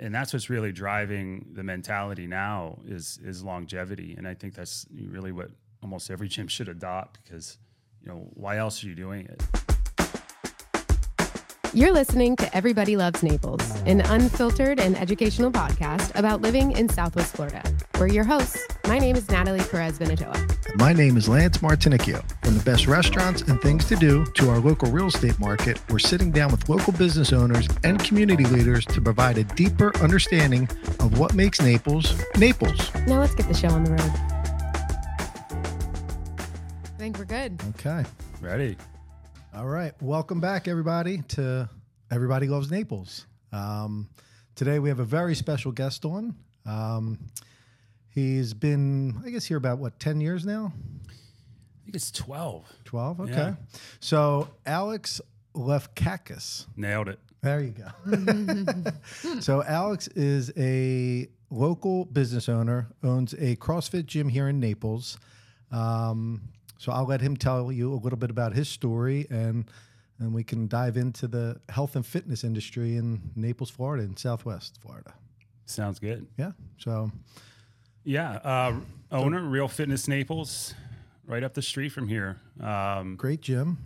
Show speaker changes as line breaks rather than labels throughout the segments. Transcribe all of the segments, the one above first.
and that's what's really driving the mentality now is is longevity and i think that's really what almost every gym should adopt because you know why else are you doing it
you're listening to everybody loves naples an unfiltered and educational podcast about living in southwest florida we're your hosts my name is natalie perez benatoa
my name is Lance Martinicchio. From the best restaurants and things to do to our local real estate market, we're sitting down with local business owners and community leaders to provide a deeper understanding of what makes Naples, Naples.
Now let's get the show on the road. I think we're good.
Okay.
ready
All right. Welcome back, everybody, to Everybody Loves Naples. Um, today we have a very special guest on. Um, he's been, I guess, here about what, 10 years now?
i think it's 12
12? Okay.
Yeah.
So Alex Lefkakis.
nailed it
There you go. so Alex is a local business owner, owns a CrossFit gym here in Naples. Um, so I'll let him tell you a little bit about his story and and we can dive into the health and fitness industry in Naples, Florida and Southwest Florida.
sounds good
Yeah. So
yeah uh, owner real fitness naples right up the street from here um,
great gym.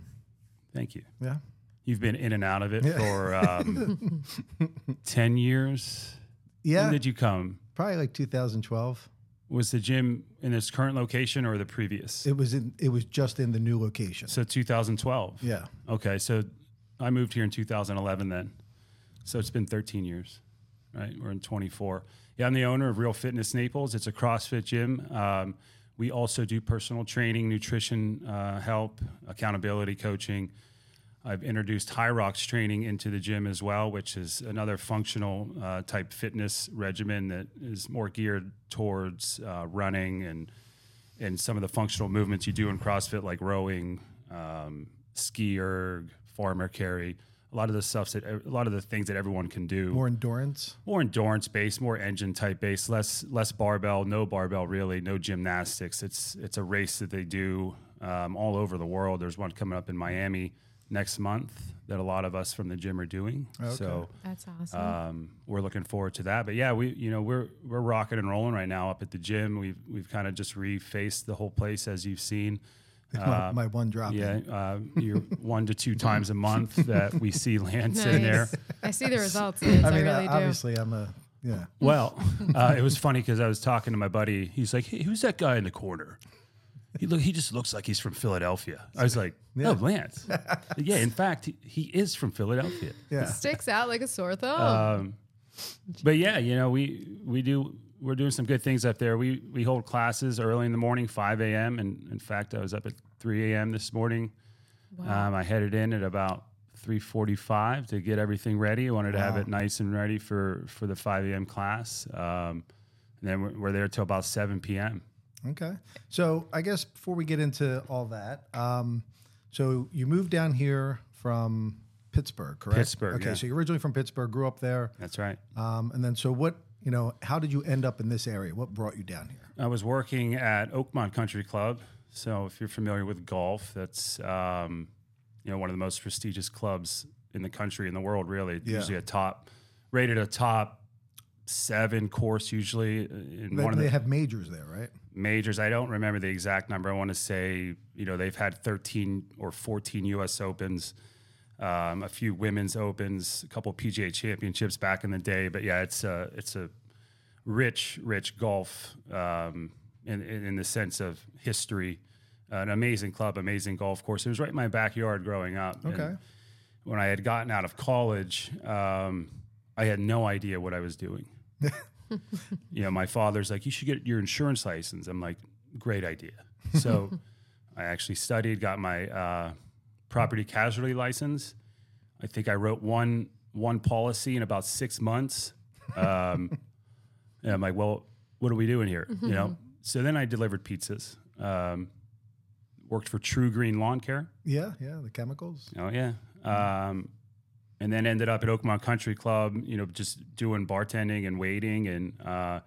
thank you
Yeah.
you've been in and out of it for um, 10 years
Yeah.
when did you come
probably like 2012.
was the gym in its current location or the previous
It was in it was just in the new location.
so 2012
yeah.
Okay, so I moved here in 2011 then. So it's been 13 years, right? We're in 24. Yeah, I'm the owner of Real Fitness Naples. It's a CrossFit gym. Um, we also do personal training, nutrition uh, help, accountability coaching. I've introduced High Rocks training into the gym as well, which is another functional uh, type fitness regimen that is more geared towards uh, running and and some of the functional movements you do in CrossFit, like rowing, um, ski erg, farmer carry, a lot of the stuff that a lot of the things that everyone can do. More,
More endurance.
endurance based, more engine type based, less less barbell, no barbell really, no gymnastics. It's it's a race that they do um, all over the world. There's one coming up in Miami next month that a lot of us from the gym are doing. So
That's awesome.
Uh,
um, we're looking forward to that. But yeah, we you know we're we're rocking and rolling right now up at the gym. We've we've kind of just refaced the whole place as you've seen.
my, my one drop.
Yeah, uh, you're one to two times a month that we see Lance in there.
I see the results. Liz. I,
I mean, uh,
really do.
obviously, I'm a yeah.
Well, uh, it was funny because I was talking to my buddy. He's like, hey, "Who's that guy in the corner?" He look. He just looks like he's from Philadelphia. I was like, "No, Lance." yeah, in fact, he, he is from Philadelphia.
Yeah.
Sticks out like a sore thumb.
Oh,
But yeah, you know, we we do we're doing some good things up there. We we hold classes early in the morning, five a.m. And in fact, I was up at three a.m. this morning. Um, I headed in at about three forty-five to get everything ready. I wanted to have it nice and ready for for the five a.m. class. Um, and then we're, we're there till about seven p.m.
Okay. So I guess before we get into all that, um, so you moved down here from Pittsburgh, correct?
Pittsburgh,
Okay.
yeah.
So you're originally from Pittsburgh, grew up there,
That's right.
um, and then so what? You know, how did you end up in this area? What brought you down here?
I was working at Oakmont Country Club. So if you're familiar with golf, that's um, you know one of the most prestigious clubs in the country in the world. Really, It's
Yeah.
usually a top rated a top seven course usually in
They,
one of
they
the
have majors there, right?
majors. I don't remember the exact number. I want to say you know they've had 13 or 14 U.S. Opens. Um, a few women's opens, a couple PGA championships back in the day, but yeah, it's a it's a rich, rich golf um, in, in, in the sense of history. An amazing club, amazing golf course. It was right in my backyard growing up. and
Okay.
when I had gotten out of college, um, I had no idea what I was doing. you know, my father's like, you should get your insurance license. I'm like, great idea. So I actually studied, got my uh, property casualty license. I think I wrote one one policy in about six months. Um, and I'm like, well, what are we doing here? You know. So then I delivered pizzas. Um, worked for True Green Lawn Care.
Yeah, yeah. The chemicals.
Oh yeah.
Mm-hmm.
Um, and then ended up at Oakmont Country Club. You know, just doing bartending and waiting. And uh,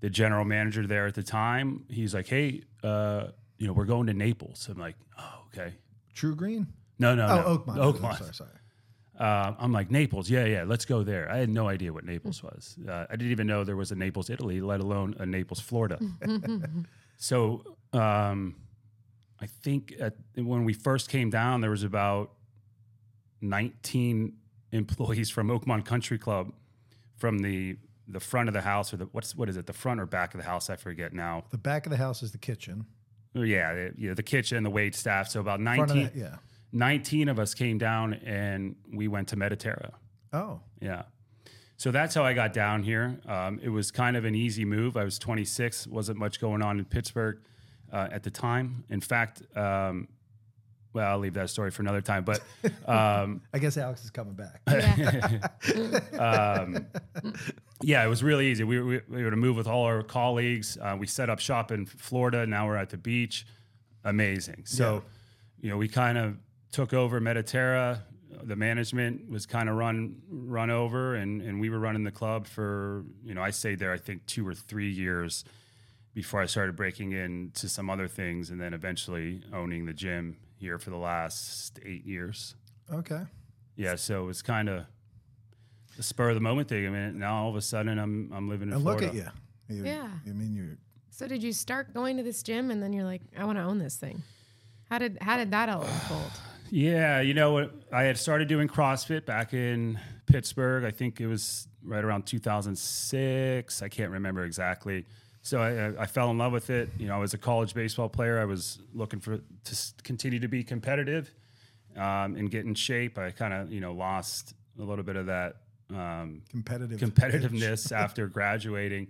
the general manager there at the time, he's like, "Hey, uh, you know, we're going to Naples." I'm like, "Oh, okay."
True Green.
No, no,
Oh,
no.
Oakmont.
Oakmont.
Sorry, sorry.
Uh, I'm like Naples, yeah, yeah, let's go there. I had no idea what Naples was. Uh, I didn't even know there was a Naples, Italy, let alone a Naples, Florida. so um, I think at, when we first came down, there was about 19 employees from Oakmont Country Club from the the front of the house or the what's what is it the front or back of the house I forget now.
The back of the house is the kitchen.
Oh, Yeah, the, you know, the kitchen, the wait staff. So about 19,
Front of that, yeah.
19 of us came down and we went to Mediterra.
Oh,
Yeah. So that's how I got down here. Um, it was kind of an easy move. I was 26, wasn't much going on in Pittsburgh uh, at the time. In fact, um, well, I'll leave that story for another time. But um,
I guess Alex is coming back.
Yeah.
um, yeah, it was really easy. We, we, we were to move with all our colleagues. Uh, we set up shop in Florida. Now we're at the beach. Amazing. So, you know, we kind of took over Mediterra. The management was kind of run run over, and and we were running the club for you know I stayed there I think two or three years before I started breaking into some other things, and then eventually owning the gym here for the last eight years.
okay.
Yeah, so it's kind of the spur of the moment thing. I mean, now all of a sudden I'm I'm living in
And look
Florida.
at you. You-
Yeah.
I mean, you're
So did you start going to this gym and then you're like, I want to own this thing? How did how did that all unfold?
Yeah, you know what? I had started doing CrossFit back in Pittsburgh. I think it was right around 2006. I can't remember exactly. So I- I, I fell in love with it. You know, I was a college baseball player. I was looking for to s- continue to be competitive um, and get in shape. I kind of you know lost a little bit of that um,
competitive.
competitiveness after graduating.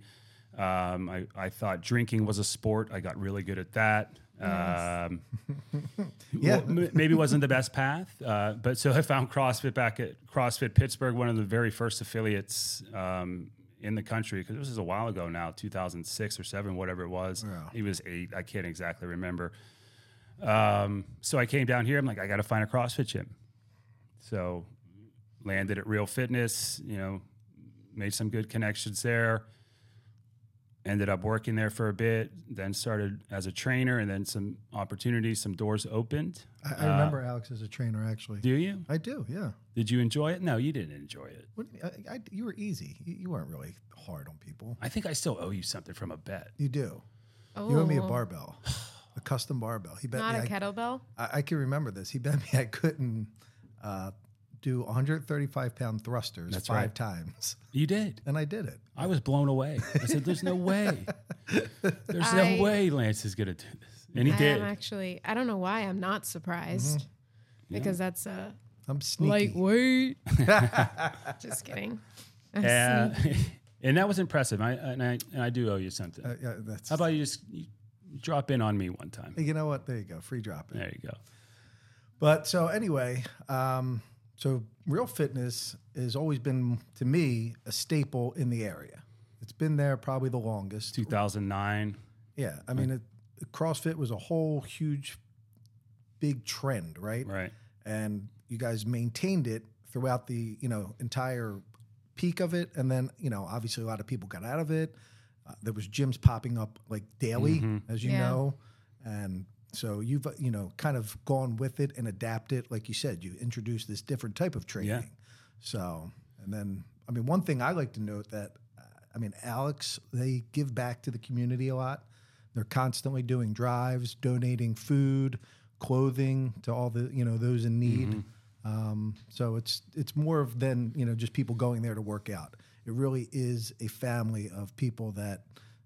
Um, I, I thought drinking was a sport. I got really good at that. Um,
Yeah.
well, m- maybe wasn't the best path, uh, but so I found CrossFit back at CrossFit Pittsburgh, one of the very first affiliates um, in the country. Because this is a while ago now, 2006 or seven, whatever it was.
Yeah.
It was eight. I can't exactly remember. Um, so I came down here. I'm like, I got to find a CrossFit gym. So landed at Real Fitness. You know, made some good connections there. Ended up working there for a bit, then started as a trainer, and then some opportunities, some doors opened.
I, I remember Alex as a trainer, actually.
Uh, Do you?
I do, yeah.
Did you enjoy it? No, you didn't enjoy it.
What, do you- I, I, you were easy. You, you weren't really hard on people.
I think I still owe you something from a bet.
You do.
Oh,
You owe me a barbell, a custom barbell. He bet
not
me
a
I-
kettlebell.
I, I can remember this. He bet me I couldn't uh, do 135 pound thrusters
That's
five
right.
times,
You did.
and I did it.
I was blown away. I said, "There's no way. There's
I-
no way Lance is gonna do this," and he
I
did.
am actually. I don't know why I'm not surprised
Mm-hmm.
because that's uh, a
I'm sneaky.
lightweight. Just kidding. I'm
Yeah.
sneaky.
Uh, and that was impressive. I and I and I do owe you something.
Uh, yeah, that's.
How about you just you drop in on me one time?
you know what? There you go. Free drop. it.
There you go.
But so anyway, um, so Real Fitness has always been to me a staple in the area. It's been there probably the longest.
2009.
Yeah, I mean, it, CrossFit was a whole huge, big trend, right?
Right.
And you guys maintained it throughout the you know entire peak of it, and then you know obviously a lot of people got out of it. Uh, there was gyms popping up like daily, as you
Yeah.
know, and so you've uh, you know kind of gone with it and adapted. Like you said, you introduced this different type of training. So and then I mean one thing I like to note that uh, I mean Alex they give back to the community a lot. They're constantly doing drives, donating food, clothing to all the you know those in need. Um, so it's it's more of than you know just people going there to work out. It really is a family of people that,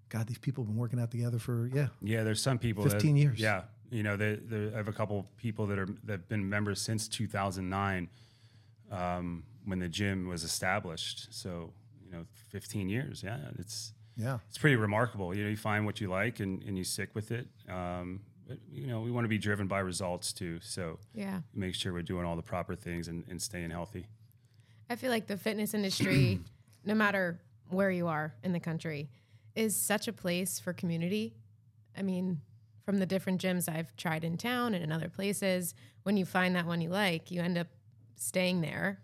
God, these people have been working out together for yeah
Yeah, there's some people.
15
that,
years.
Yeah, you know, they, they, I have a couple people that are that have been members since 2009, um, when the gym was established. So you know, 15 years. Yeah, it's
yeah
it's pretty remarkable. You know, you find what you like and and you stick with it. Um, but, you know, we want to be driven by results too. So
Yeah.
make sure we're doing all the proper things and, and staying healthy.
I feel like the fitness industry, no matter where you are in the country, is such a place for community. I mean, from the different gyms I've tried in town and in other places, when you find that one you like, you end up staying there,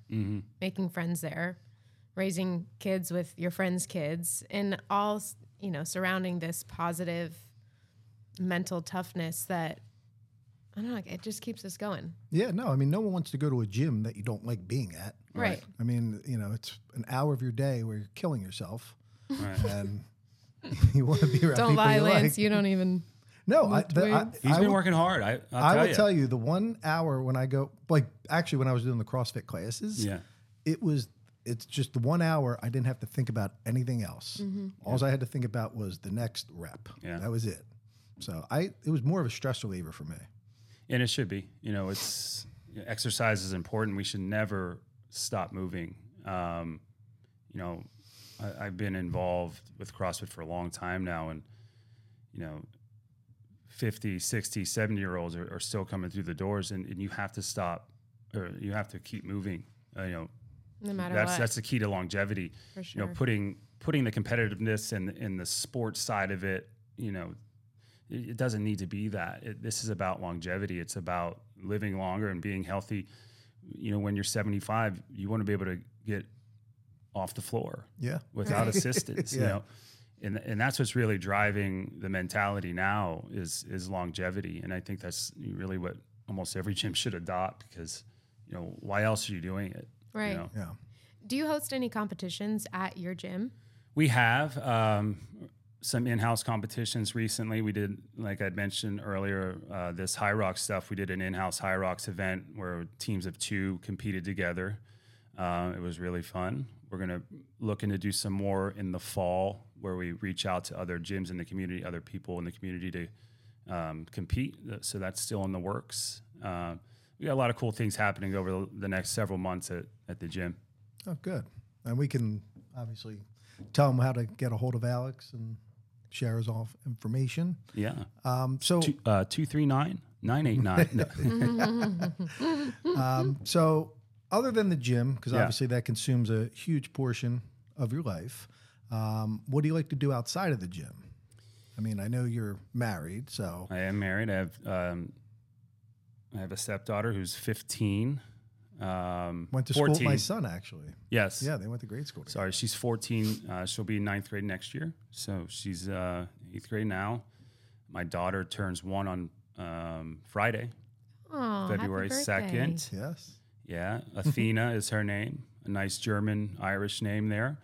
making friends there, raising kids with your friends' kids, and all, s- you know, surrounding this positive mental toughness that I don't know. like, It just keeps us going.
Yeah, no, I mean, no one wants to go to a gym that you don't like being at.
Right.
I mean, you know, it's an hour of your day where you're killing yourself,
Right.
and you want to be around
Don't
people
lie,
you like.
Lance. You don't even.
No, I,
Looked
the, I,
weird.
He's
I
been
would,
working hard. I I'll
I
tell
would
you.
tell you the one hour when I go, like, actually, when I was doing the CrossFit classes,
Yeah.
it was it's just the one hour I didn't have to think about anything else.
Mm-hmm.
All I had to think about was the next rep.
Yeah.
That was it. So I it was more of a stress reliever for me.
And it should be. You know, it's you know, exercise is important. We should never stop moving. Um, you know, I, I've been involved with CrossFit for a long time now, and you know, 50, 60, 70 year olds are, are still coming through the doors, and, and you have to stop or you have to keep moving. Uh, you know,
No matter
that's
what.
that's the key to longevity.
for
you
sure.
know putting putting the competitiveness and in the sports side of it you know it, it doesn't need to be that it, this is about longevity it's about living longer and being healthy you know when you're 75 you want to be able to get off the floor
Yeah.
without
Right.
assistance you
Yeah.
know and, and that's what's really driving the mentality now is is longevity and i think that's really what almost every gym should adopt because you know why else are you doing it
right.
you know?
Yeah.
Do you host any competitions at your gym?
We have um, some in-house competitions recently. We did, like I'd mentioned earlier, uh, this High Rocks stuff. We did an in-house High Rocks event where teams of two competed together. Uh, it was really fun. We're gonna looking to do some more in the fall, where we reach out to other gyms in the community, other people in the community to um, compete. So that's still in the works. Uh, we got a lot of cool things happening over the, the next several months at, at the gym.
Oh, good. And we can obviously tell them how to get a hold of Alex and share his off information.
Yeah.
Um, so
Two- uh, 239 989. No.
um, so other than the gym, because
Mm-hmm. Yeah.
obviously that consumes a huge portion of your life, um, what do you like to do outside of the gym? I mean, I know you're married, so
I am married. I have um, I have a stepdaughter who's 15. Um,
went to
14.
school with my son actually.
Yes.
Yeah, they went to grade school. together.
Sorry, she's 14. Uh, she'll be in ninth grade next year. So she's uh, eighth grade now. My daughter turns one on um, Friday,
Oh,
February 2nd.
Yes.
Yeah,
Mm-hmm.
Athena is her name. A nice German Irish name there.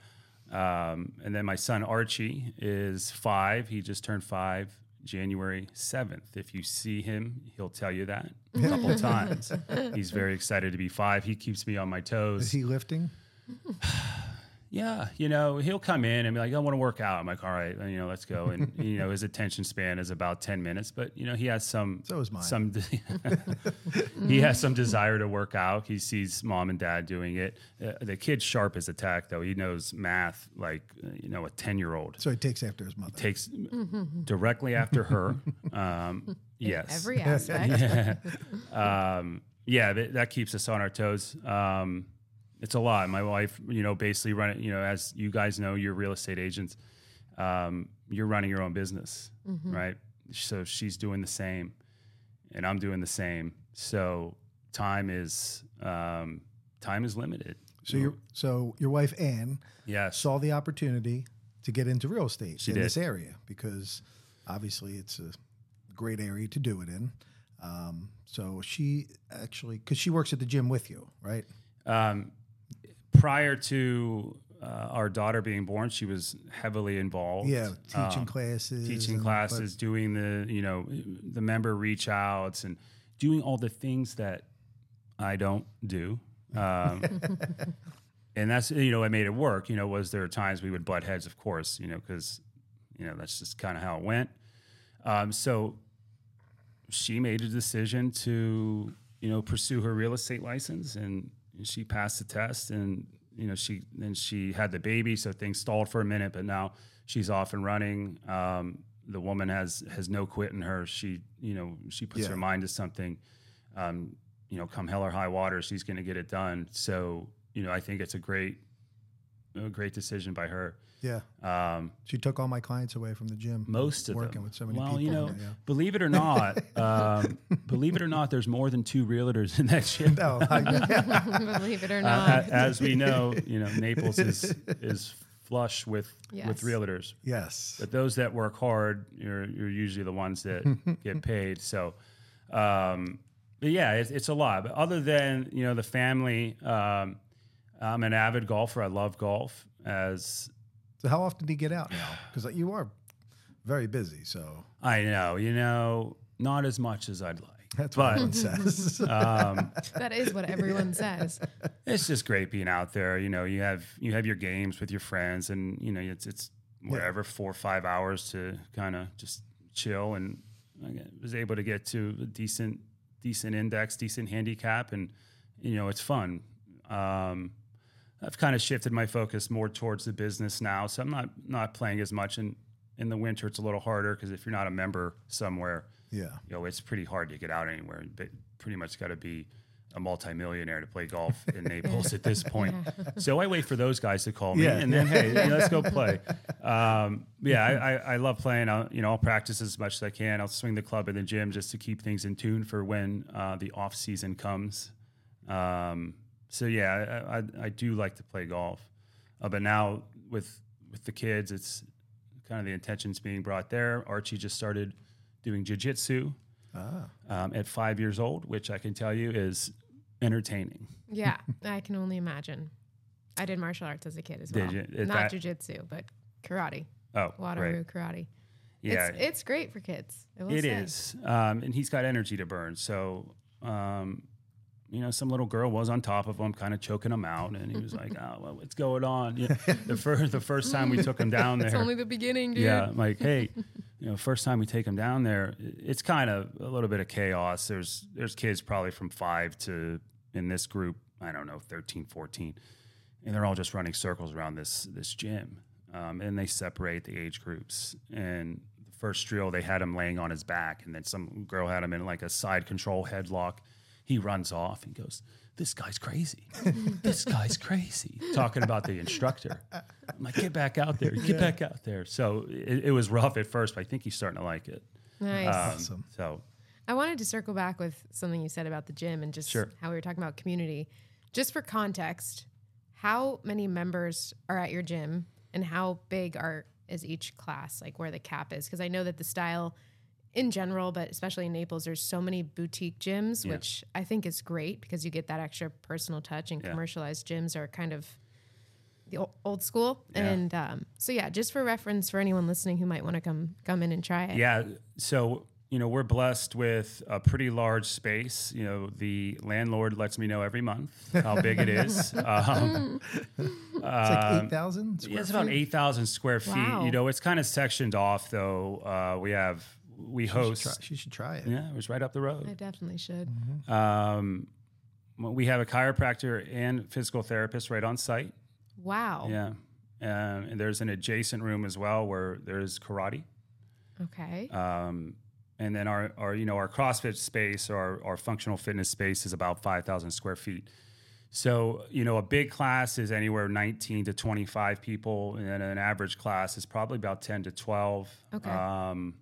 Um, and then my son Archie is five. He just turned five January 7th. If you see him, he'll tell you that a couple times. He's very excited to be five. He keeps me on my
Is
toes.
he lifting?
yeah, you know, he'll come in and be like, I want to work out. I'm like, all right, you know, let's go. And, you know, his attention span is about 10 minutes, but, you know, he has some
So is mine.
some he has some desire to work out. He sees mom and dad doing it. Uh, the kid's sharp as a tack, though. He knows math like uh, you know a ten year old
So Mm-hmm. he takes after his mother.
takes directly after her. Um, yes,
Every aspect.
um, yeah, that, that keeps us on our toes. Um, it's a lot. My wife, you know, basically running, you know, as you guys know, you're real estate agents. Um, you're running your own business, right? So she's doing the same, and I'm doing the same. So time is um, time is limited.
So your so your wife Anne
Yes,
saw the opportunity to get into real estate
She
in
did.
this area because obviously it's a great area to do it in. Um, so she actually, because she works at the gym with you, right?
um, prior to uh, our daughter being born, she was heavily involved.
Yeah, teaching
Um,
classes,
teaching
and-
classes, doing the you know the member reach outs, and doing all the things that I don't do. Um, and that's you know I made it work. You know, was there times we would butt heads? Of course, you know, because you know that's just kind of how it went. Um, so she made a decision to you know pursue her real estate license, and she passed the test, and you know she then she had the baby, so things stalled for a minute, but now she's off and running. Um, the woman has has no quit in her. She you know she puts
Yeah.
her mind to something um, you know, come hell or high water, she's going to get it done. So, you know, I think it's a great, a great decision by her.
but- yeah,
Um,
she took all my clients away from the gym.
most of
working
them.
with so many
well,
people.
you know,
yeah, yeah.
believe it or not, um, believe it or not, there's more than two realtors in that ship.
No, Oh, I-
Believe it or
Uh,
not.
a- as we know, you know, Naples is is flush with with
Yes.
realtors.
yes,
But those that work hard, you're, you're usually the ones that get paid. So Um, but yeah, it's, it's a lot. But other than you know the family, um, I'm an avid golfer. I love golf. As
So how often do you get out now? Because you are very busy. So
I know, you know, not as much as I'd like.
that's what
but
everyone says.
um,
That is what everyone says.
it's just great being out there. You know, you have you have your games with your friends, and you know it's it's whatever four or five hours to kind of just chill. And I get- was able to get to a decent decent index, decent handicap, and you know it's fun. Um, I've kind of shifted my focus more towards the business now, so I'm not not playing as much. And in the winter, it's a little harder because if you're not a member somewhere,
yeah.
you know, it's pretty hard to get out anywhere. But pretty much got to be a multimillionaire to play golf in Naples at this point. So I wait for those guys to call me,
Yeah.
and then hey, you know, let's go play. Um, yeah, I, I, I love playing. I'll, you know, I'll practice as much as I can. I'll swing the club in the gym just to keep things in tune for when uh, the off season comes. Um, so yeah, I, I, I do like to play golf, uh, but now with with the kids, it's kind of the intentions being brought there. Archie just started doing jujitsu
Ah.
um, at five years old, which I can tell you is entertaining.
Yeah, I can only imagine. I did martial arts as a kid as
Did
well.
you? Is
Not
that-
jujitsu, but karate,
Oh,
Wadaru karate.
Yeah,
It's, it's great for kids. I will
It
say.
is, um, and he's got energy to burn. So, um, you know, some little girl was on top of him, kind of choking him out, and he was like, "Oh, well, what's going on?" You know, the first the first time we took him down there,
It's only the beginning, dude.
yeah, I'm like, hey, you know, first time we take them down there, i- it's kind of a little bit of chaos. There's there's kids probably from five to in this group, I don't know, 13, 14, and they're all just running circles around this this gym. Um, and they separate the age groups. And the first drill, they had him laying on his back, and then some girl had him in like a side control headlock. He runs off and goes, "This guy's crazy. this guy's crazy." Talking about the instructor. I'm like, get back out there, get back out there. So it, it was rough at first, but I think he's starting to like it.
Nice.
Um,
Awesome.
So
I wanted to circle back with something you said about the gym and just
Sure.
how we were talking about community. Just for context, how many members are at your gym and how big are is each class, like where the cap is? Because I know that the style in general, but especially in Naples, there's so many boutique gyms,
Yeah.
which I think is great because you get that extra personal touch and
Yeah.
commercialized gyms are kind of the ol- old school.
Yeah.
And um, so yeah, just for reference for anyone listening who might want to come come in and try it.
yeah, so you know we're blessed with a pretty large space. You know the landlord lets me know every month how big it is. Um,
It's like 8,000 square
yeah, it's about eight thousand square feet.
Wow.
You know it's kind of sectioned off though. Uh, we have we
feet. Try-
host.
She should try it.
Yeah, it was right up the road.
I definitely should.
Um, we have a chiropractor and physical therapist right on site.
Wow.
Yeah. Um, and there's an adjacent room as well where there's karate.
Okay.
Um, and then our, our, you know, our CrossFit space or our, our functional fitness space is about 5,000 square feet. So, you know, a big class is anywhere 19 to 25 people. And then an average class is probably about 10 to 12.
Okay.
Um,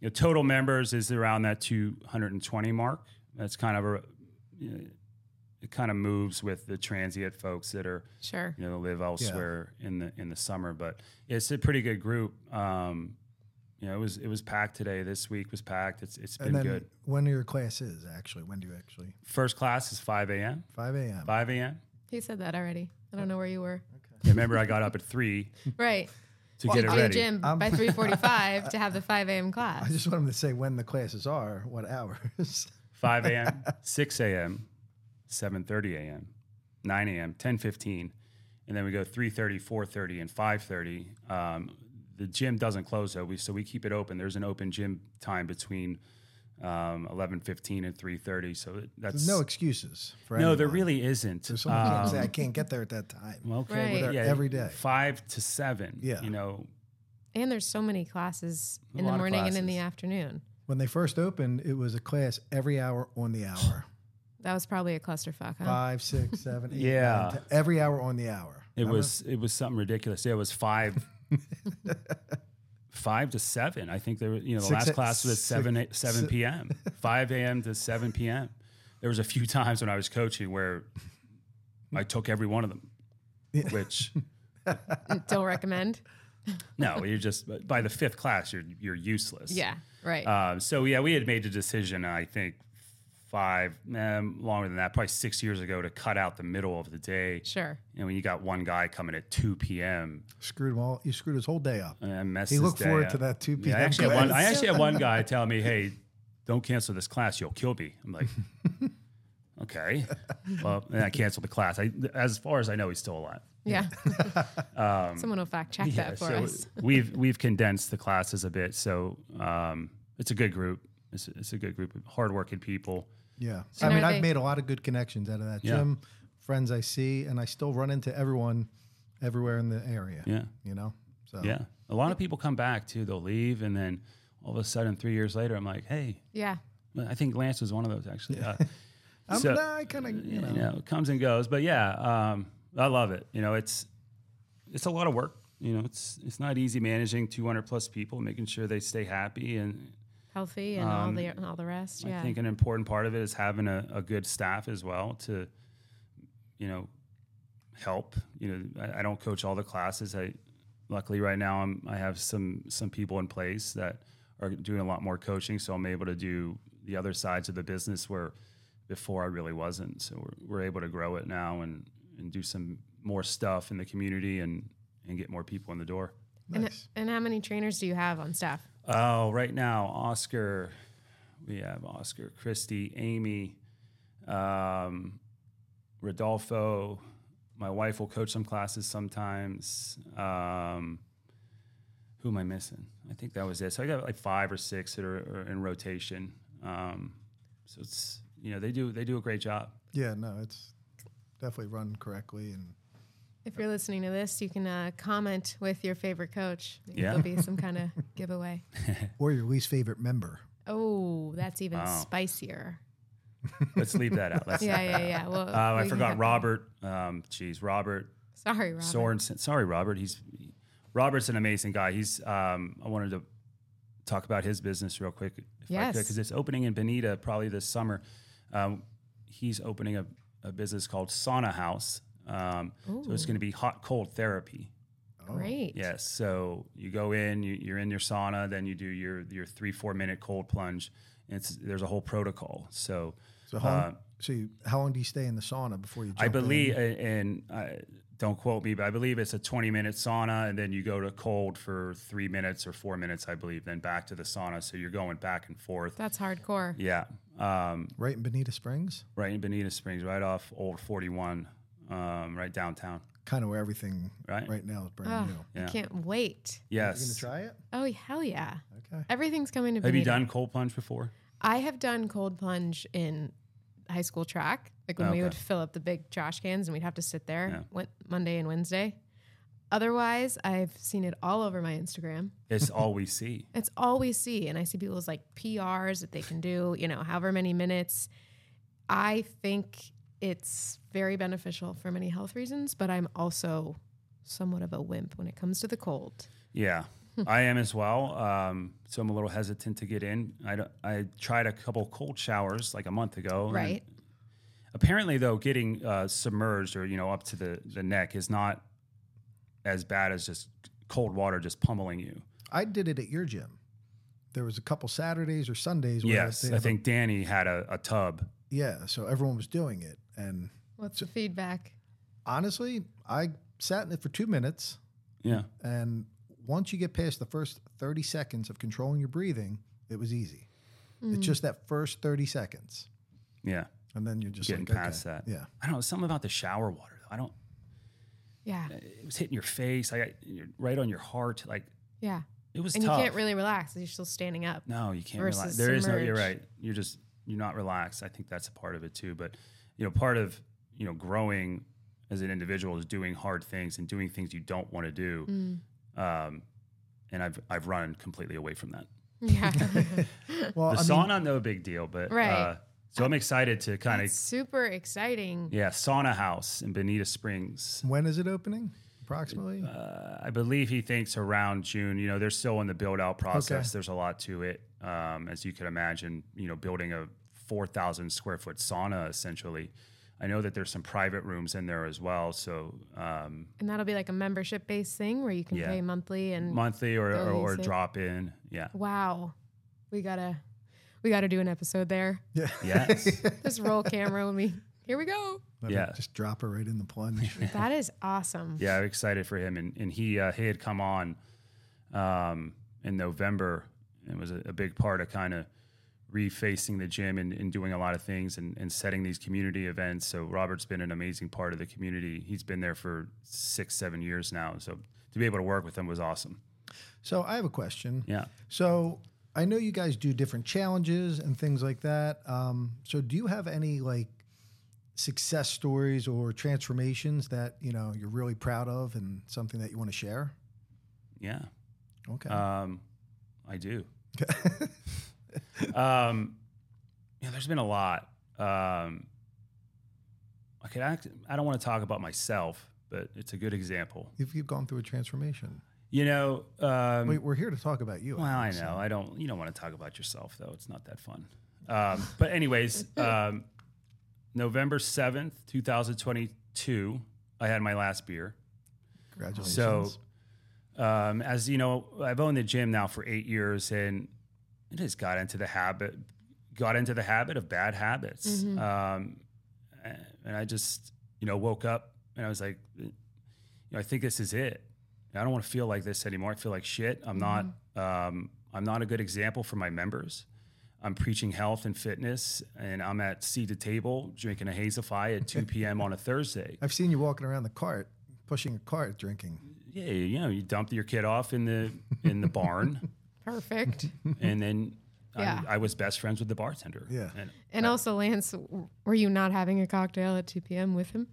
you know, total members is around that 220 mark. That's kind of a, you know, it kind of moves with the transient folks that are,
sure.
you know, live elsewhere in the in the summer. But it's a pretty good group. Um, you know, it was it was packed today. This week was packed. It's it's been
And then
good.
when are your classes actually? When do you actually?
First class is five a.m.
5 a.m.
Five a.m.
He said that already. I
uh,
don't know where you were.
Remember, I got up at three
Right.
to
To
get it
the
ready.
gym
I'm-
by 3:45 to have the 5 a.m.
I
class.
just wanted to say when the classes are, what hours.
Five a.m., six a.m., seven thirty a.m., nine a.m., ten fifteen, and then we go 3.30, 4.30, and five thirty. Um, the gym doesn't close though, we, so we keep it open. There's an open gym time between um, eleven fifteen and three thirty. So that's
There's no excuses for
No,
anyone.
there really isn't.
So someone can't
Um,
say I can't get there at that time.
well, okay,
Right.
well,
They're
yeah,
every day.
five to seven.
Yeah.
you know,
And there's so many classes
A
in the
lot of
morning and in
classes.
the afternoon.
When they first opened, it was a class every hour on the hour.
That was probably a clusterfuck, huh?
Five, six, seven, eight,
Yeah.
nine, ten- every hour on the hour.
it was it was something ridiculous. Yeah, it was five. Five to seven. I think there were, you know, the
Six
last
a-
class was
six-
seven eight- seven p.m. Five a.m. to seven p.m. There was a few times when I was coaching where I took every one of them, which
Don't recommend.
no, you're just by the fifth class you're you're useless.
Yeah. Right.
Uh, so yeah, we had made the decision. I think five um, longer than that, probably six years ago, to cut out the middle of the day.
sure.
And when you got one guy coming at two p.m.
Screwed him all. You screwed his whole day up.
and messed
He
his
looked
day
forward
up.
to that 2
Yeah, I
p.m.
actually had one. I
class.
actually had one guy tell me, "Hey, don't cancel this class; you'll kill me." I'm like, "Okay." Well, and I canceled the class. I, as far as I know, he's still alive.
Yeah. Someone will fact check that for
Um, so
us.
we've we've condensed the classes a bit, so um, it's a good group. It's a, it's a good group of hardworking people.
Yeah.
And
I mean,
are
I've
they-
made a lot of good connections out of that
Yeah.
gym, friends I see, and I still run into everyone everywhere in the area.
Yeah,
You know? So
yeah. A lot of people come back too. They'll leave, and then all of a sudden, three years later, I'm like, "Hey."
Yeah.
I think Lance was one of those actually. Uh,
I'm,
so-
nah, I kind of, you know.
you know, it comes and goes. But yeah, um, I love it. You know, it's it's a lot of work. You know, it's it's not easy managing 200 plus people, making sure they stay happy. And
Healthy and all the and all the rest. Yeah.
Um, I think an important part of it is having a, a good staff as well to, you know, help. You know, I, I don't coach all the classes. I luckily right now I'm I have some some people in place that are doing a lot more coaching, so I'm able to do the other sides of the business where before I really wasn't. So we're, we're able to grow it now and and do some more stuff in the community and and get more people in the door.
Nice.
And how many trainers do you have on staff?
Oh, right now, Oscar. We have Oscar, Christy, Amy, um, Rodolfo. My wife will coach some classes sometimes. Um, who am I missing? I think that was it. So I got like five or six that are, are in rotation. Um, so it's you know they do they do a great job.
Yeah, no, it's definitely run correctly. And
If you're listening to this, you can uh, comment with your favorite coach. Maybe
Yeah.
There'll be some kind of giveaway.
or your least favorite member.
Oh, that's even
Wow.
spicier.
Let's leave that out. Let's
Yeah, yeah, yeah. Well,
Uh,
we
I
can
forgot
cut-
Robert. Um, geez, Robert.
Sorry, Robert.
Sorensen. Sorry, Robert. He's Robert's an amazing guy. He's. Um, I wanted to talk about his business real quick, if I could,
Yes.
because it's opening in Benita probably this summer. Um, he's opening a, a business called Sauna House. Um, so it's
Ooh.
going to be hot cold therapy. oh,
Great.
Yes. So you go in, you, you're in your sauna, then you do your your three four minute cold plunge. And it's there's a whole protocol. So
So how,
Uh,
so you, how long do you stay in the sauna before you jump
I
in?
believe, and, and I, don't quote me, but I believe it's a 20 minute sauna, and then you go to cold for three minutes or four minutes, I believe, then back to the sauna. So you're going back and forth.
That's hardcore.
Yeah. Um,
Right in Bonita Springs?
right in Bonita Springs, right off Old 41, um, right downtown.
Kind of where everything
Right.
now is brand
Oh,
new.
Yeah.
I can't wait.
Yes.
You gonna try it?
Oh, hell yeah.
Okay.
Everything's coming to
Have you
Benita.
done cold plunge before?
I have done cold plunge in high school track, like when
Okay.
we would fill up the big trash cans and we'd have to sit there
Yeah.
Wed- Monday and Wednesday. Otherwise, I've seen it all over my Instagram.
It's all we see.
It's all we see. And I see people's like PRs that they can do, you know, however many minutes. I think it's very beneficial for many health reasons, but I'm also somewhat of a wimp when it comes to the cold.
Yeah, I am as well. Um, so I'm a little hesitant to get in. I, don't- I tried a couple cold showers like a month ago. and
Right.
Apparently, though, getting uh, submerged or you know up to the the neck is not as bad as just cold water just pummeling you.
I did it at your gym. There was a couple Saturdays or Sundays. Where
yes,
they
I
have a-
think Danny had a, a tub.
yeah. So everyone was doing it, and
What's the feedback?
honestly, I sat in it for two minutes,
Yeah,
and once you get past the first thirty seconds of controlling your breathing, it was easy.
Hmm, Mm.
It's just that first thirty seconds,
yeah.
and then you're just
Getting
like, okay,
past that.
Yeah.
I don't know something about the shower water. though. I don't.
Yeah.
It was hitting your face. I got you're right on your heart. Like
Yeah.
it was
And
tough.
you can't really relax. 'cause You're still standing up.
No, you can't relax.
versus
There is no. You're
submerge.
right. You're just you're not relaxed. I think that's a part of it too. But you know, part of you know growing as an individual is doing hard things and doing things you don't want to do.
Hmm,
Um, and I've I've run completely away from that.
Yeah.
Well,
the
I mean,
sauna, no big deal, but
Right.
Uh, so I'm excited to kind
It's
of
super exciting.
yeah, sauna house in Bonita Springs.
when is it opening? Approximately.
Uh, I believe he thinks around June. You know, they're still in the build out process. There's a lot to it, um, as you can imagine. You know, building a 4,000 square foot sauna essentially. I know that there's some private rooms in there as well. So um,
And that'll be like a membership based thing where you can
Yeah.
pay monthly and
monthly or,
Mm. They'll
or, or
lease it.
drop in. Yeah.
wow. We gotta we gotta do an episode there.
Yeah.
Yes.
Just roll camera with me. Here we go.
Let it
Yeah.
Just drop her right in the plunge.
That is awesome.
Yeah, I'm excited for him. And and he uh, he had come on um, in November and was a, a big part of kind of refacing the gym and, and doing a lot of things and, and setting these community events. So Robert's been an amazing part of the community. He's been there for six, seven years now. So to be able to work with him was awesome.
so I have a question.
Yeah.
So I know you guys do different challenges and things like that. Um, so do you have any like success stories or transformations that you know you're really proud of and something that you want to share?
Yeah.
Okay.
Um, I do. um, yeah, there's been a lot. Um, I could act, I don't want to talk about myself, but it's a good example.
You've, you've gone through a transformation.
You know, um,
Wait, we're here to talk about you.
well, I
Alex.
know. I don't. You don't want to talk about yourself, though. It's not that fun. Um, but anyways, um, November seventh, two thousand twenty-two, I had my last beer.
Congratulations.
So, um, as you know, I've owned the gym now for eight years, and I just got into the habit, got into the habit of bad habits. Um, and I just, you know, woke up and I was like, you know, I think this is it. I don't want to feel like this anymore. I feel like shit. I'm not. Um, I'm not a good example for my members. I'm preaching health and fitness, and I'm at seat to table drinking a hazify at 2 p.m. on a Thursday.
I've seen you walking around the cart, pushing a cart, drinking.
yeah, you know, you dump your kid off in the in the barn,
Perfect.
and then
Yeah.
I, I was best friends with the bartender.
Yeah.
and,
And also, Lance, were you not having a cocktail at 2 p.m. with him?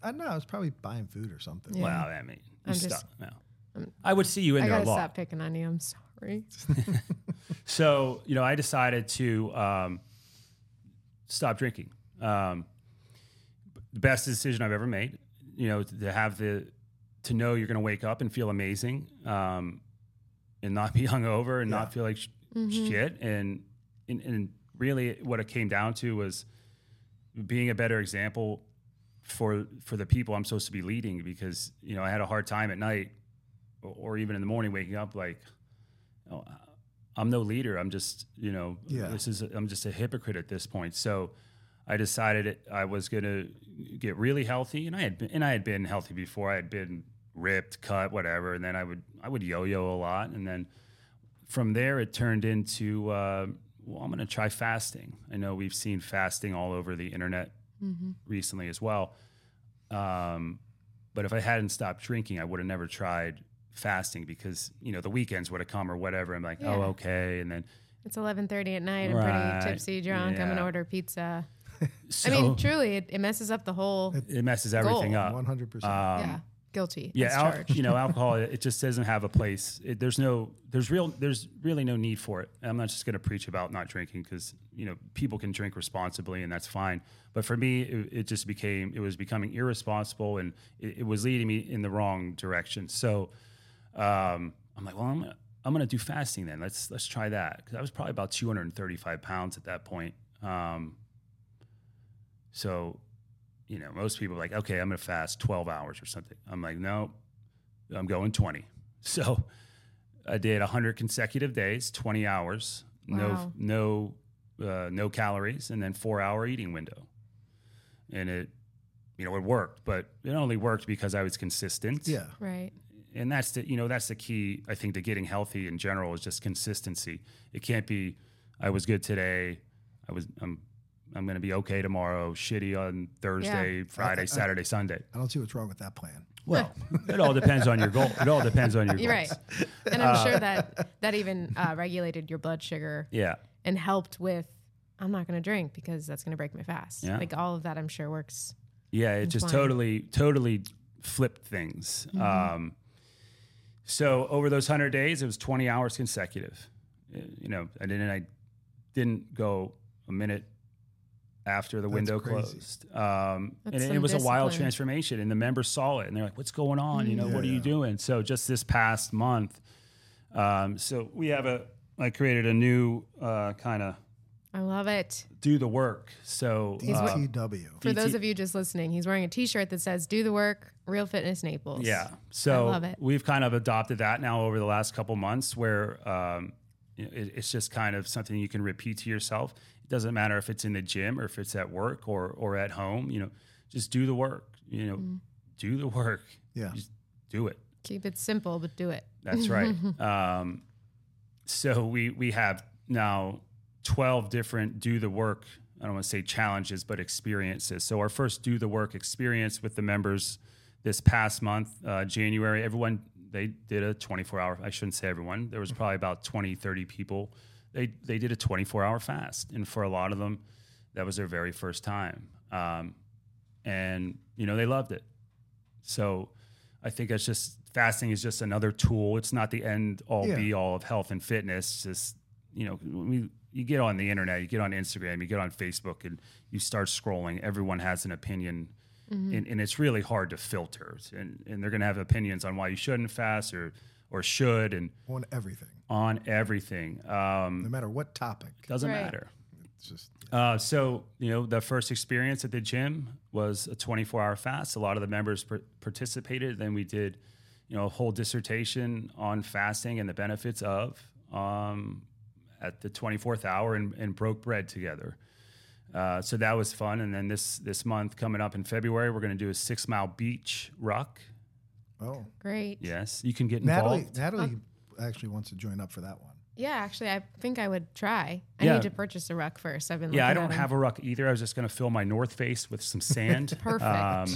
I don't know. I was probably buying food or something.
Yeah.
wow, I mean, you
I'm just-
stop now. I would see you in
I
there
gotta
a lot.
stop picking on you. I'm sorry.
So you know, I decided to um, stop drinking. Um, the best decision I've ever made. You know, to have the to know you're going to wake up and feel amazing, um, and not be hungover and not feel like sh- shit. And, and and really, what it came down to was being a better example for for the people I'm supposed to be leading. Because you know, I had a hard time at night, or, or even in the morning, waking up like. Oh, I'm no leader. I'm just, you know,
Yeah.
this is I'm just a hypocrite at this point. So I decided it, I was going to get really healthy and I had been, and I had been healthy before. I had been ripped, cut, whatever, and then I would I would yo-yo a lot and then from there it turned into uh, well, I'm going to try fasting. I know we've seen fasting all over the internet
Mm-hmm.
recently as well. Um, but if I hadn't stopped drinking, I would have never tried fasting because you know the weekends would have come or whatever. I'm like, oh
Yeah.
okay, and then
It's 11:30 at night. I'm
Right.
pretty tipsy, drunk. I'm gonna
Yeah.
order pizza.
so
I mean, truly, it, it messes up the whole.
it messes everything
goal.
up.
One hundred percent.
Um,
yeah, guilty.
yeah,
as
al-
charged.
you know, alcohol it just doesn't have a place. It, there's no, there's real, there's really no need for it. And I'm not just going to preach about not drinking because you know people can drink responsibly and that's fine. But for me, it, it just became, it was becoming irresponsible and it, it was leading me in the wrong direction. So um, I'm like, well, I'm gonna, I'm gonna do fasting then. Let's let's try that because I was probably about 235 pounds at that point. Um, so, you know, most people are like, okay, I'm gonna fast 12 hours or something. I'm like, no, I'm going 20. So I did 100 consecutive days, 20 hours,
Wow.
no no uh, no calories, and then four hour eating window, and it. You know, it worked, but it only worked because I was consistent
Yeah.
Right.
and that's the you know that's the key I think to getting healthy in general is just consistency. It can't be I was good today, I was I'm I'm gonna be okay tomorrow, shitty on Thursday, Friday, Saturday, Sunday.
I don't see what's wrong with that plan.
Well, it all depends on your goal. It all depends on your goals.
You're right. And
Uh,
I'm sure that that even uh, regulated your blood sugar
Yeah.
and helped with. I'm not gonna drink because that's gonna break my fast.
Yeah.
Like all of that, I'm sure works.
Yeah, it just
fine.
totally, totally flipped things.
Mm-hmm.
Um, so over those hundred days, it was twenty hours consecutive. Uh, You know, I didn't, I didn't go a minute after the window
crazy.
closed. Um, and
That's
it, it
some
was a wild
discipline.
transformation, and the members saw it, and they're like, "What's going on? You know, what are
Mm. Yeah.
you doing?" So just this past month, um, so we have a, I created a new uh, kind of
I love it.
do the work. So uh,
DTW.
For
DT
those of you just listening, he's wearing a T-shirt that says "Do the work, Real Fitness Naples."
Yeah. So
love it.
we've kind of adopted that now over the last couple months where um, you know, it, it's just kind of something you can repeat to yourself. It doesn't matter if it's in the gym or if it's at work or or at home. You know, just do the work. You know,
Mm.
do the work.
Yeah.
Just do it.
Keep it simple, but do it.
That's right. um, so we we have now twelve different do the work. I don't want to say challenges, but experiences. So our first do the work experience with the members this past month, uh, January. Everyone they did a 24 hour. I shouldn't say everyone. There was probably about 20, 30 people. They they did a 24 hour fast, and for a lot of them, that was their very first time. Um, and you know they loved it. So I think that's just fasting is just another tool. It's not the end all
Yeah.
be all of health and fitness. Just you know, when we, you get on the internet, you get on Instagram, you get on Facebook, and you start scrolling. Everyone has an opinion, and, and it's really hard to filter. And and they're going to have opinions on why you shouldn't fast or or should and
on everything,
on everything. Um,
no matter what topic.
doesn't
Right.
matter.
It's just
Uh, so you know, the first experience at the gym was a 24-hour fast. A lot of the members par- participated. Then we did, you know, a whole dissertation on fasting and the benefits of um, at the 24th hour, and, and broke bread together. Uh, so that was fun. And then this this month coming up in February, we're going to do a six-mile beach ruck.
oh,
Great.
Yes, you can get involved.
Natalie. Natalie actually wants to join up for that one.
Yeah, actually, I think I would try. I
Yeah.
need to purchase a ruck first. I've been
Yeah, I
looking at
don't
them.
have a ruck either. I was just going to fill my North Face with some sand.
perfect.
Um,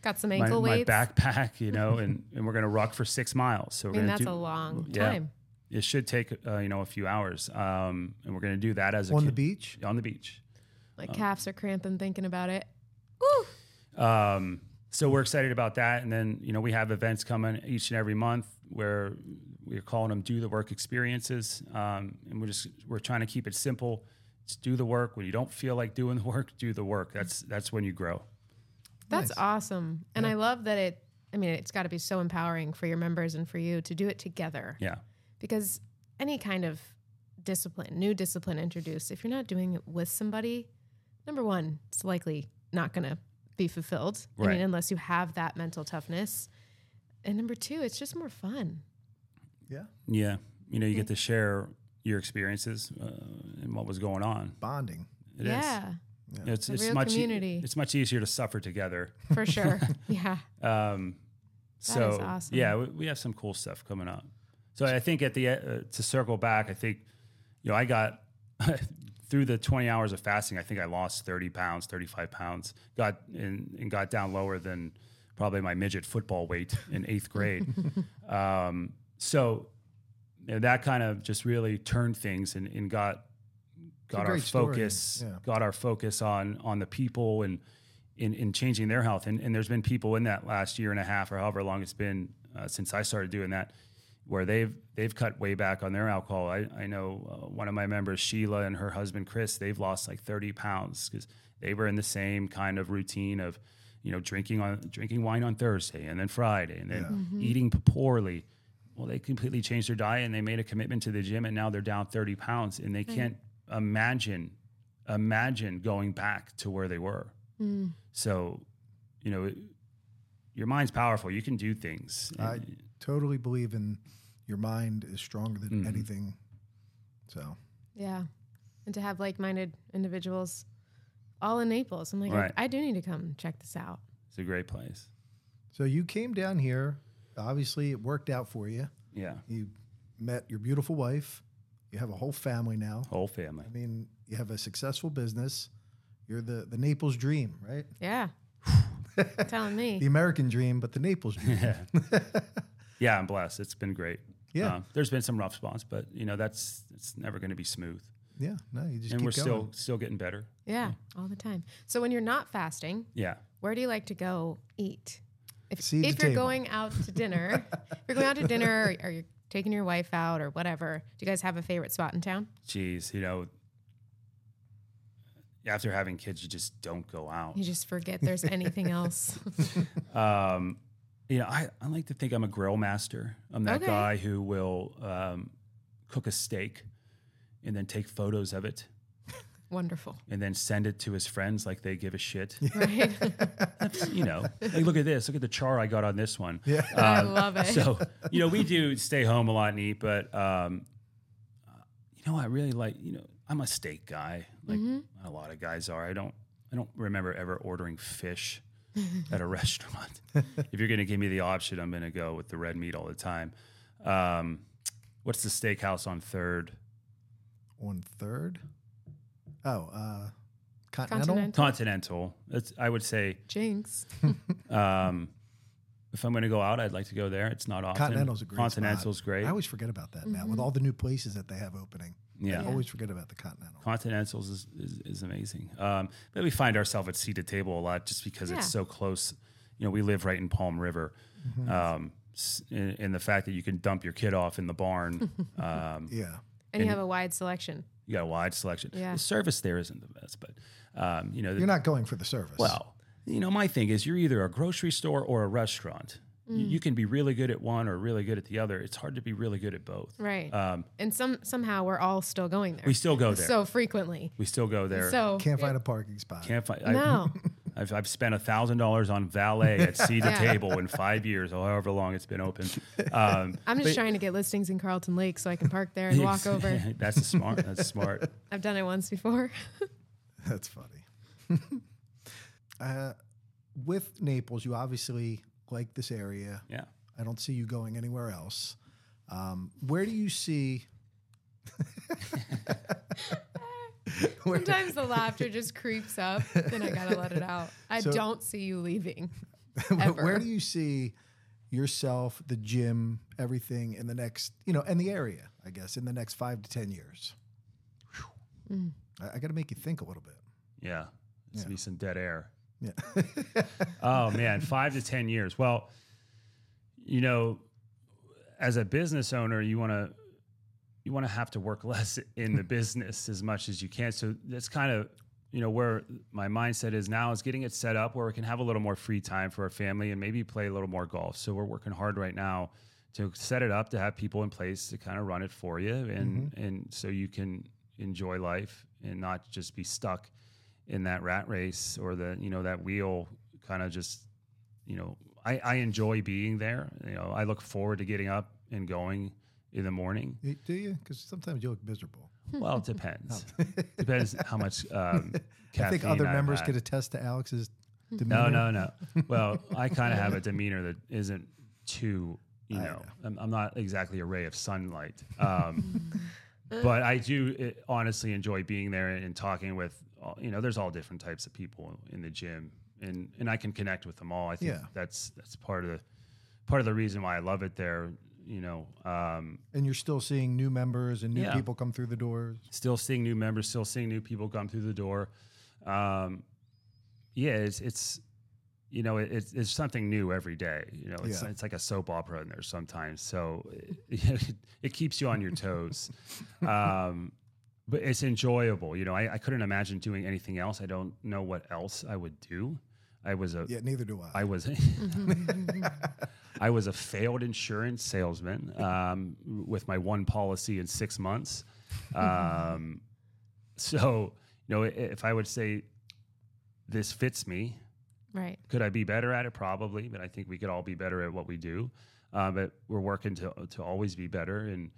Got some
my,
ankle
my
weights.
backpack, you know, and, and we're going to rock for six miles. So we're
I mean,
going
that's
to do,
a long
yeah.
time.
It should take, uh, you know, a few hours. Um, and we're going to do that as a
on the
kid-
beach.
on the beach.
My calves are cramping thinking about it.
Um, so we're excited about that. And then, you know, we have events coming each and every month where we're calling them do the work experiences. Um, and we're just, we're trying to keep it simple. Just do the work. When you don't feel like doing the work, do the work. That's, that's when you grow.
That's awesome. And I love that it, I mean, it's got to be so empowering for your members and for you to do it together.
Yeah.
Because any kind of discipline, new discipline introduced, if you're not doing it with somebody, number one, it's likely not going to be fulfilled. I
Right.
mean, unless you have that mental toughness. And number two, it's just more fun.
Yeah,
Yeah. You know, you get to share your experiences uh, and what was going on.
bonding.
It is.
yeah,
It's,
a
it's
real
much e-
community.
it's much easier to suffer together.
for sure. yeah.
Um, so
is awesome.
yeah, we, we have some cool stuff coming up. So I think at the uh, to circle back, I think you know I got through the 20 hours of fasting. I think I lost 30 pounds, 35 pounds. Got and, and got down lower than probably my midget football weight in eighth grade. um, so you know, that kind of just really turned things and, and got got our
great story.
focus
Yeah.
got our focus on on the people and in, in changing their health. And, and there's been people in that last year and a half or however long it's been uh, since I started doing that, where they've they've cut way back on their alcohol. I, I know uh, one of my members, Sheila, and her husband Chris, they've lost like 30 pounds because they were in the same kind of routine of you know drinking on drinking wine on Thursday and then Friday and then
Mm-hmm.
eating poorly. Well, they completely changed their diet and they made a commitment to the gym, and now they're down 30 pounds, and they can't imagine imagine going back to where they were. So, you know, it, your mind's powerful. You can do things.
I totally believe in your mind is stronger than
Mhm.
anything. So
Yeah. And to have like minded individuals all in Naples. I'm like,
Right.
I, I do need to come check this out.
it's a great place.
So you came down here. Obviously, it worked out for you.
Yeah.
You met your beautiful wife. You have a whole family now.
Whole family.
I mean, you have a successful business. You're the, the Naples dream, right?
Yeah. Telling me.
The American dream, but the Naples dream.
Yeah, I'm blessed. It's been great.
Yeah.
Uh, there's been some rough spots, but you know, that's it's never going to be smooth.
yeah, no, you just
and
keep
we're
going.
still still getting better.
Yeah. All the time. So when you're not fasting,
Yeah.
where do you like to go eat? If,
Seat
if
to
you're
table.
going out to dinner, if you're going out to dinner or, or you're taking your wife out or whatever, do you guys have a favorite spot in town?
Jeez, you know, after having kids, you just don't go out.
You just forget there's anything else.
Um, you know, I, I like to think I'm a grill master. I'm that
Okay.
guy who will um, cook a steak and then take photos of it
Wonderful.
and then send it to his friends like they give a shit.
Right?
you know, like, look at this. Look at the char I got on this one. Yeah.
I love it.
So, you know, we do stay home a lot and eat, but um, you know, I really like, you know, I'm a steak guy, like a lot of guys are. I don't, I don't remember ever ordering fish at a restaurant. if you're going to give me the option, I'm going to go with the red meat all the time. Um, what's the steakhouse on Third?
One third. Oh, uh, Continental.
Continental.
Continental. It's, I would say,
Jinx.
um, if I'm going to go out, I'd like to go there. It's not often.
Continental's a great spot.
Continental's great.
I always forget about that now with all the new places that they have opening.
Yeah.
I always forget about the Continental.
Continentals is, is, is amazing. Um, but we find ourselves at seated table a lot just because
Yeah.
it's so close. You know, we live right in Palm River. Um, s- and, and the fact that you can dump your kid off in the barn, um,
Yeah.
And you have a wide selection.
you got a wide selection.
Yeah.
The service there isn't the best, but um, you know, the,
You're not going for the service.
well, you know, my thing is you're either a grocery store or a restaurant. You,
Mm.
you can be really good at one or really good at the other. It's hard to be really good at both.
Right.
Um,
and some somehow we're all still going there.
we still go there.
So frequently.
we still go there.
So
can't find a parking spot.
Can't find. I-
no.
I've, I've spent thousand dollars on valet at seated
Yeah.
table in five years, or however long it's been open. Um,
I'm just trying to get listings in Carlton Lake so I can park there and walk over.
That's a smart. That's smart.
I've done it once before.
That's funny. uh, with Naples, you obviously like this area.
Yeah.
I don't see you going anywhere else. Um, where do you see? where,
Sometimes the laughter just creeps up, then I gotta let it out. I
So-
don't see you leaving.
where-
ever.
where do you see yourself, the gym, everything in the next, you know, and the area? I guess in the next five to ten years. Whew. I, I got to make you think a little bit.
Yeah. It's
Yeah.
be some dead air.
Yeah.
Oh man, five to ten years. Well, you know, as a business owner, you want to you want to have to work less in the business as much as you can. So that's kind of you know where my mindset is now is getting it set up where we can have a little more free time for our family and maybe play a little more golf. So we're working hard right now to set it up to have people in place to kind of run it for you and and so you can enjoy life and not just be stuck in that rat race or the you know that wheel kind of just you know, I, I enjoy being there. You know, I look forward to getting up and going in the morning.
Y- Do you? Because sometimes you look miserable.
Well, it depends. depends how much um, caffeine
I think other
I've
members
had.
could attest to Alex's
No,
Mm-hmm.
demeanor.
no, no. Well, I kind of have a demeanor that isn't too, you know, I'm, I'm not exactly a ray of sunlight. Um, but I do eh, honestly enjoy being there and talking with, all- you know, there's all different types of people in the gym, and and I can connect with them all. I think
Yeah.
that's that's part of the part of the reason why I love it there. You know, um,
And you're still seeing new members and new
Yeah.
people come through the doors.
still seeing new members, still seeing new people come through the door. Um, yeah, it's it's you know it, it's it's something new every day. You know, it's
Yeah.
it's like a soap opera in there sometimes. So it, it keeps you on your toes. um, but it's enjoyable. You know, I, I couldn't imagine doing anything else. I don't know what else I would do. I was a I
Yeah, neither do I.
was I was a failed insurance salesman um, with my one policy in six months. Um, so, you know, i- if I would say this fits me,
Right.
could I be better at it? Probably, but I think we could all be better at what we do. Uh, but we're working to to always be better. And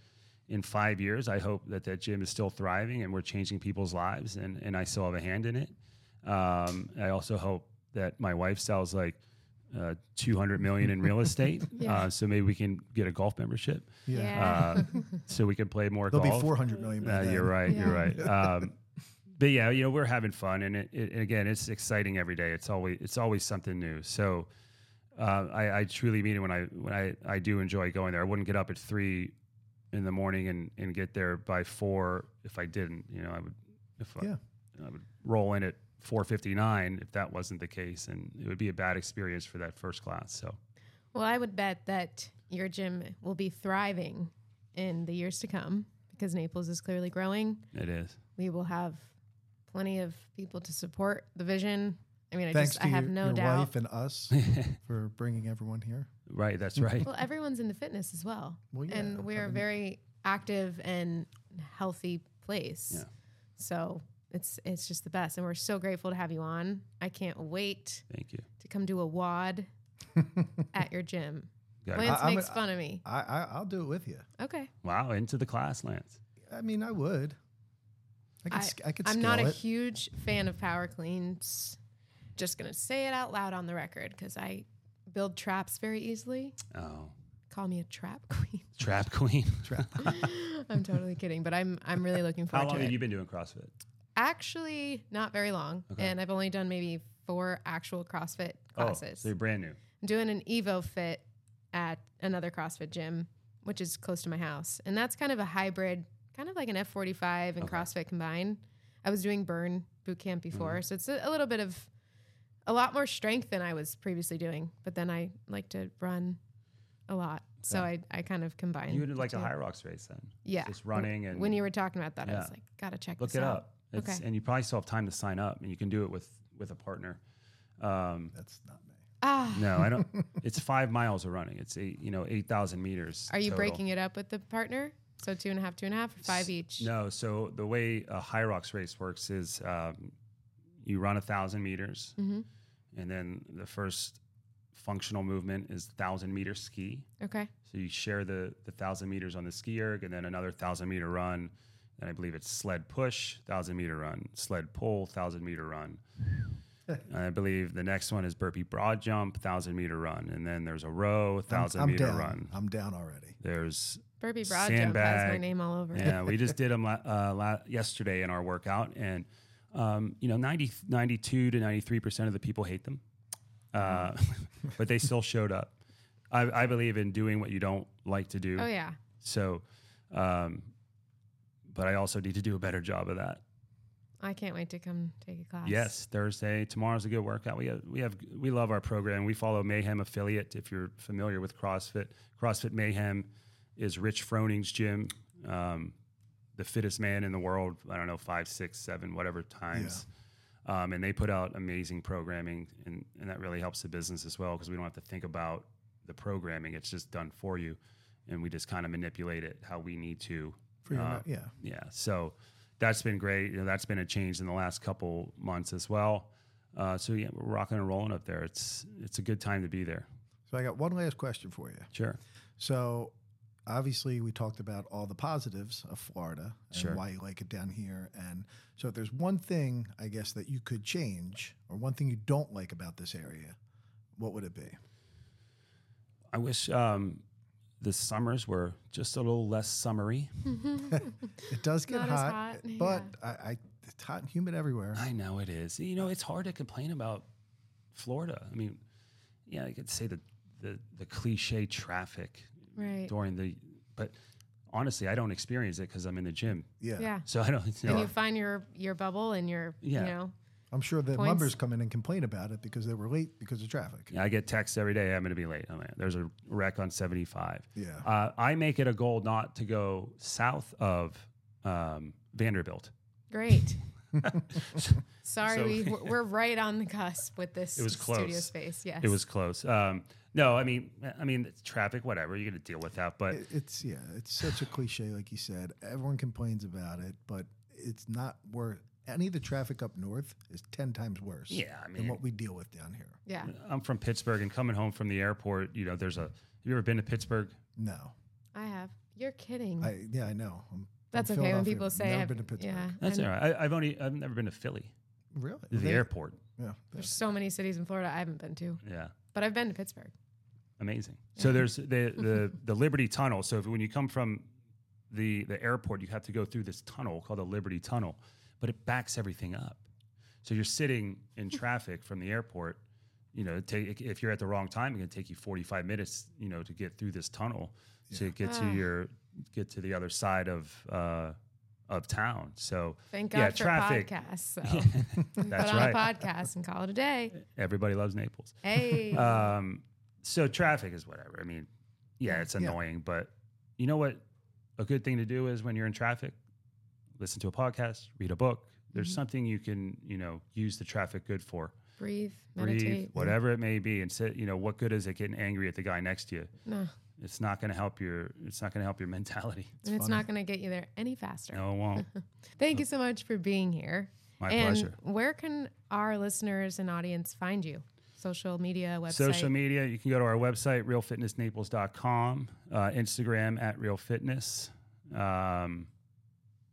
in five years, I hope that that gym is still thriving and we're changing people's lives. And and I still have a hand in it. Um, I also hope that my lifestyle is like uh, two hundred million in real estate.
Yeah.
uh, so maybe we can get a golf membership. Uh, so we can play more
There'll
golf.
be 400 million. by
Uh,
then.
you're right. You're
Yeah.
right. Um, but yeah, you know, we're having fun, and it, it, and again, it's exciting every day. It's always it's always something new. So uh, I, I truly mean it when I when I, I do enjoy going there. I wouldn't get up at three in the morning and, and get there by four if I didn't. You know, I would if
Yeah.
I, I would roll in at four fifty nine if that wasn't the case, and it would be a bad experience for that first class. So
Well, I would bet that your gym will be thriving in the years to come because Naples is clearly growing.
it is.
We will have plenty of people to support the vision. I mean, I
Thanks
just
to
I have
your,
no
your
doubt.
wife and us for bringing everyone here.
Right, that's
Mm.
right.
Well, everyone's into fitness as well.
Well, yeah,
and we're a very active and healthy place.
Yeah.
So it's it's just the best. And we're so grateful to have you on. I can't wait
Thank you.
to come do a wad at your gym.
Got it.
Lance
I- I'm
makes
a-
fun of me.
I, I I'll do it with you.
Okay.
Wow, into the class, Lance.
I mean, I would. I could,
I-
sc- I could
I'm
scale
not a
it.
huge fan of power cleans. Just gonna say it out loud on the record because I build traps very easily.
Oh,
Call me a trap queen.
trap queen.
I'm totally kidding, but I'm I'm really looking
How
forward
long
to
have
it.
you been doing CrossFit?
Actually, not very long, and I've only done maybe four actual CrossFit
Oh,
classes.
so you're brand new.
I'm doing an Evo Fit at another CrossFit gym, which is close to my house. And that's kind of a hybrid, kind of like an F45 and CrossFit combined. I was doing burn boot
Mm-hmm.
camp before, so it's a, a little bit of a lot more strength than I was previously doing. But then I like to run a lot. So I, I kind of combine.
You would like a
the two.
high rocks race then.
Yeah.
Just running and
When you were talking about that, I was
Yeah.
like, gotta check
look
this
it
out.
up. It's,
Okay.
And you probably still have time to sign up, and you can do it with with a partner. Um,
That's not me.
Ah,
no, I don't. it's five miles of running. It's eight, you know, eight thousand meters.
are you
total.
breaking it up with the partner? So two and a half, two and a half, or five each?
No. So the way a high rocks race works is um, you run a thousand meters,
Mhm.
and then the first functional movement is thousand meter ski.
Okay.
So you share the the thousand meters on the ski erg, and then another thousand meter run. And I believe it's sled push, thousand meter run, sled pull, thousand meter run. And I believe the next one is burpee broad jump, thousand meter run, and then there's a row,
I'm-
1000
I'm
meter
down.
run.
I'm down already.
There's
Burpee Broad Jump has my
Sandbag.
name all over it.
yeah, we just did them la- uh, la- yesterday in our workout, and um, you know, 90, 92 to ninety three percent of the people hate them, uh, but they still showed up. I, I believe in doing what you don't like to do.
Oh yeah.
So, um, but I also need to do a better job of that.
I can't wait to come take a class.
Yes, Thursday. Tomorrow's a good workout. We have, we have we love our program. We follow Mayhem Affiliate. If you're familiar with CrossFit, CrossFit Mayhem is Rich Froning's gym, um, the fittest man in the world. I don't know five, six, seven, whatever times. Um, and they put out amazing programming, and, and that really helps the business as well because we don't have to think about the programming. It's just done for you, and we just kind of manipulate it how we need to
For your,
Uh,
amount- yeah.
yeah so that's been great you know that's been a change in the last couple months as well uh, so yeah we're rocking and rolling up there it's it's a good time to be there
So I got one last question for you.
sure
So obviously we talked about all the positives of Florida and
Sure.
why you like it down here. And so if there's one thing I guess that you could change or one thing you don't like about this area, what would it be?
i wish um, the summers were just a little less summery
It does get
Not as
hot,
hot, yeah.
but I, I it's hot and humid everywhere.
i know it is you know it's hard to complain about florida i mean yeah i could say the the, the cliche traffic
Right.
during the but honestly i don't experience it because i'm in the gym
Yeah.
Yeah.
so i don't you
And
know,
you find your your bubble and your
Yeah.
you know
I'm sure the
Points.
members come in and complain about it because they were late because of traffic.
Yeah, I get texts every day. I'm going to be late. I'm like, there's a wreck on 75.
Yeah.
Uh, I make it a goal not to go south of um, Vanderbilt.
great. Sorry,
So-
we we're, we're right on the cusp with this.
It was
studio
close.
space. Yes,
It was close. Um, no, I mean, I mean, it's traffic, whatever. You're going to deal with that. But
It- it's yeah, it's such a cliche, like you said. Everyone complains about it, but it's not worth. Any of the traffic up north is ten times worse.
Yeah, I
than
mean-
what we deal with down here.
Yeah,
I'm from Pittsburgh and coming home from the airport, you know, there's a, have you ever been to Pittsburgh?
No,
I have. You're kidding.
I yeah, I know. I'm,
That's
I'm
okay when
Philadelphia.
people say
never
I've
been to Pittsburgh.
Yeah,
That's
I'm-
all right. I, I've only, I've never been to Philly,
Really?
the
They-
airport.
Yeah.
There's so many cities in Florida I haven't been to,
Yeah.
but I've been to Pittsburgh.
Amazing. So there's the, the the Liberty Tunnel. So if, when you come from the the airport, you have to go through this tunnel called the Liberty Tunnel, but it backs everything up. So you're sitting in traffic from the airport. You know, take, if you're at the wrong time, it can take you 45 minutes. You know, to get through this tunnel to get to
Ah.
your get to the other side of uh, of town. So
Thank God
Yeah,
for
traffic.
podcasts. So
that's
put on
right.
a podcast and call it a day.
Everybody loves Naples.
Hey,
Um, so traffic is whatever. I mean, yeah, it's annoying, but you know what? A good thing to do is when you're in traffic, listen to a podcast, read a book. There's
Mm-hmm.
something you can, you know, use the traffic good for.
breathe,
Breathe,
meditate.
whatever it may be, and sit. You know, what good is it getting angry at the guy next to you?
no,
It's not going to help your. It's not going to help your mentality.
and it's not going to get you there any faster.
No, it won't.
Thank you so much for being here.
My
and
pleasure.
Where can our listeners and audience find you? Social media, website.
Social media, you can go to our website, realfitnessnaples.com, uh, Instagram at realfitness. Um,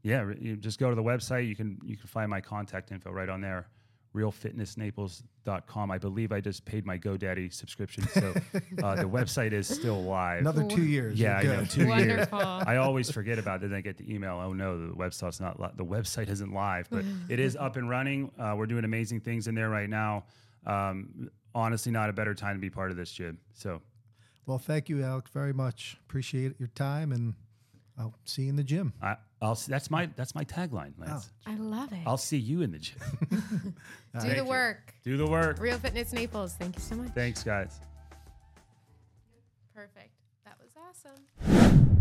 yeah, re- you just go to the website. You can you can find my contact info right on there. Realfitnessnaples.com. I believe I just paid my GoDaddy subscription, so uh, the website is still live.
Another two years.
yeah, I
you're
know,
good.
two years.
Wonderful.
I always forget about it. Then I get the email. Oh no, the website's not li- the website isn't live, but it is up and running. Uh, we're doing amazing things in there right now. Um, honestly, not a better time to be part of this gym. So
Well, thank you, Alex, very much. Appreciate your time, and I'll see you in the gym.
I, I'll s- that's my that's my tagline, Lance.
I love it.
I'll see you in the gym.
Do the work.
Do the work.
Real Fitness Naples. Thank you so much.
Thanks, guys.
Perfect. That was awesome.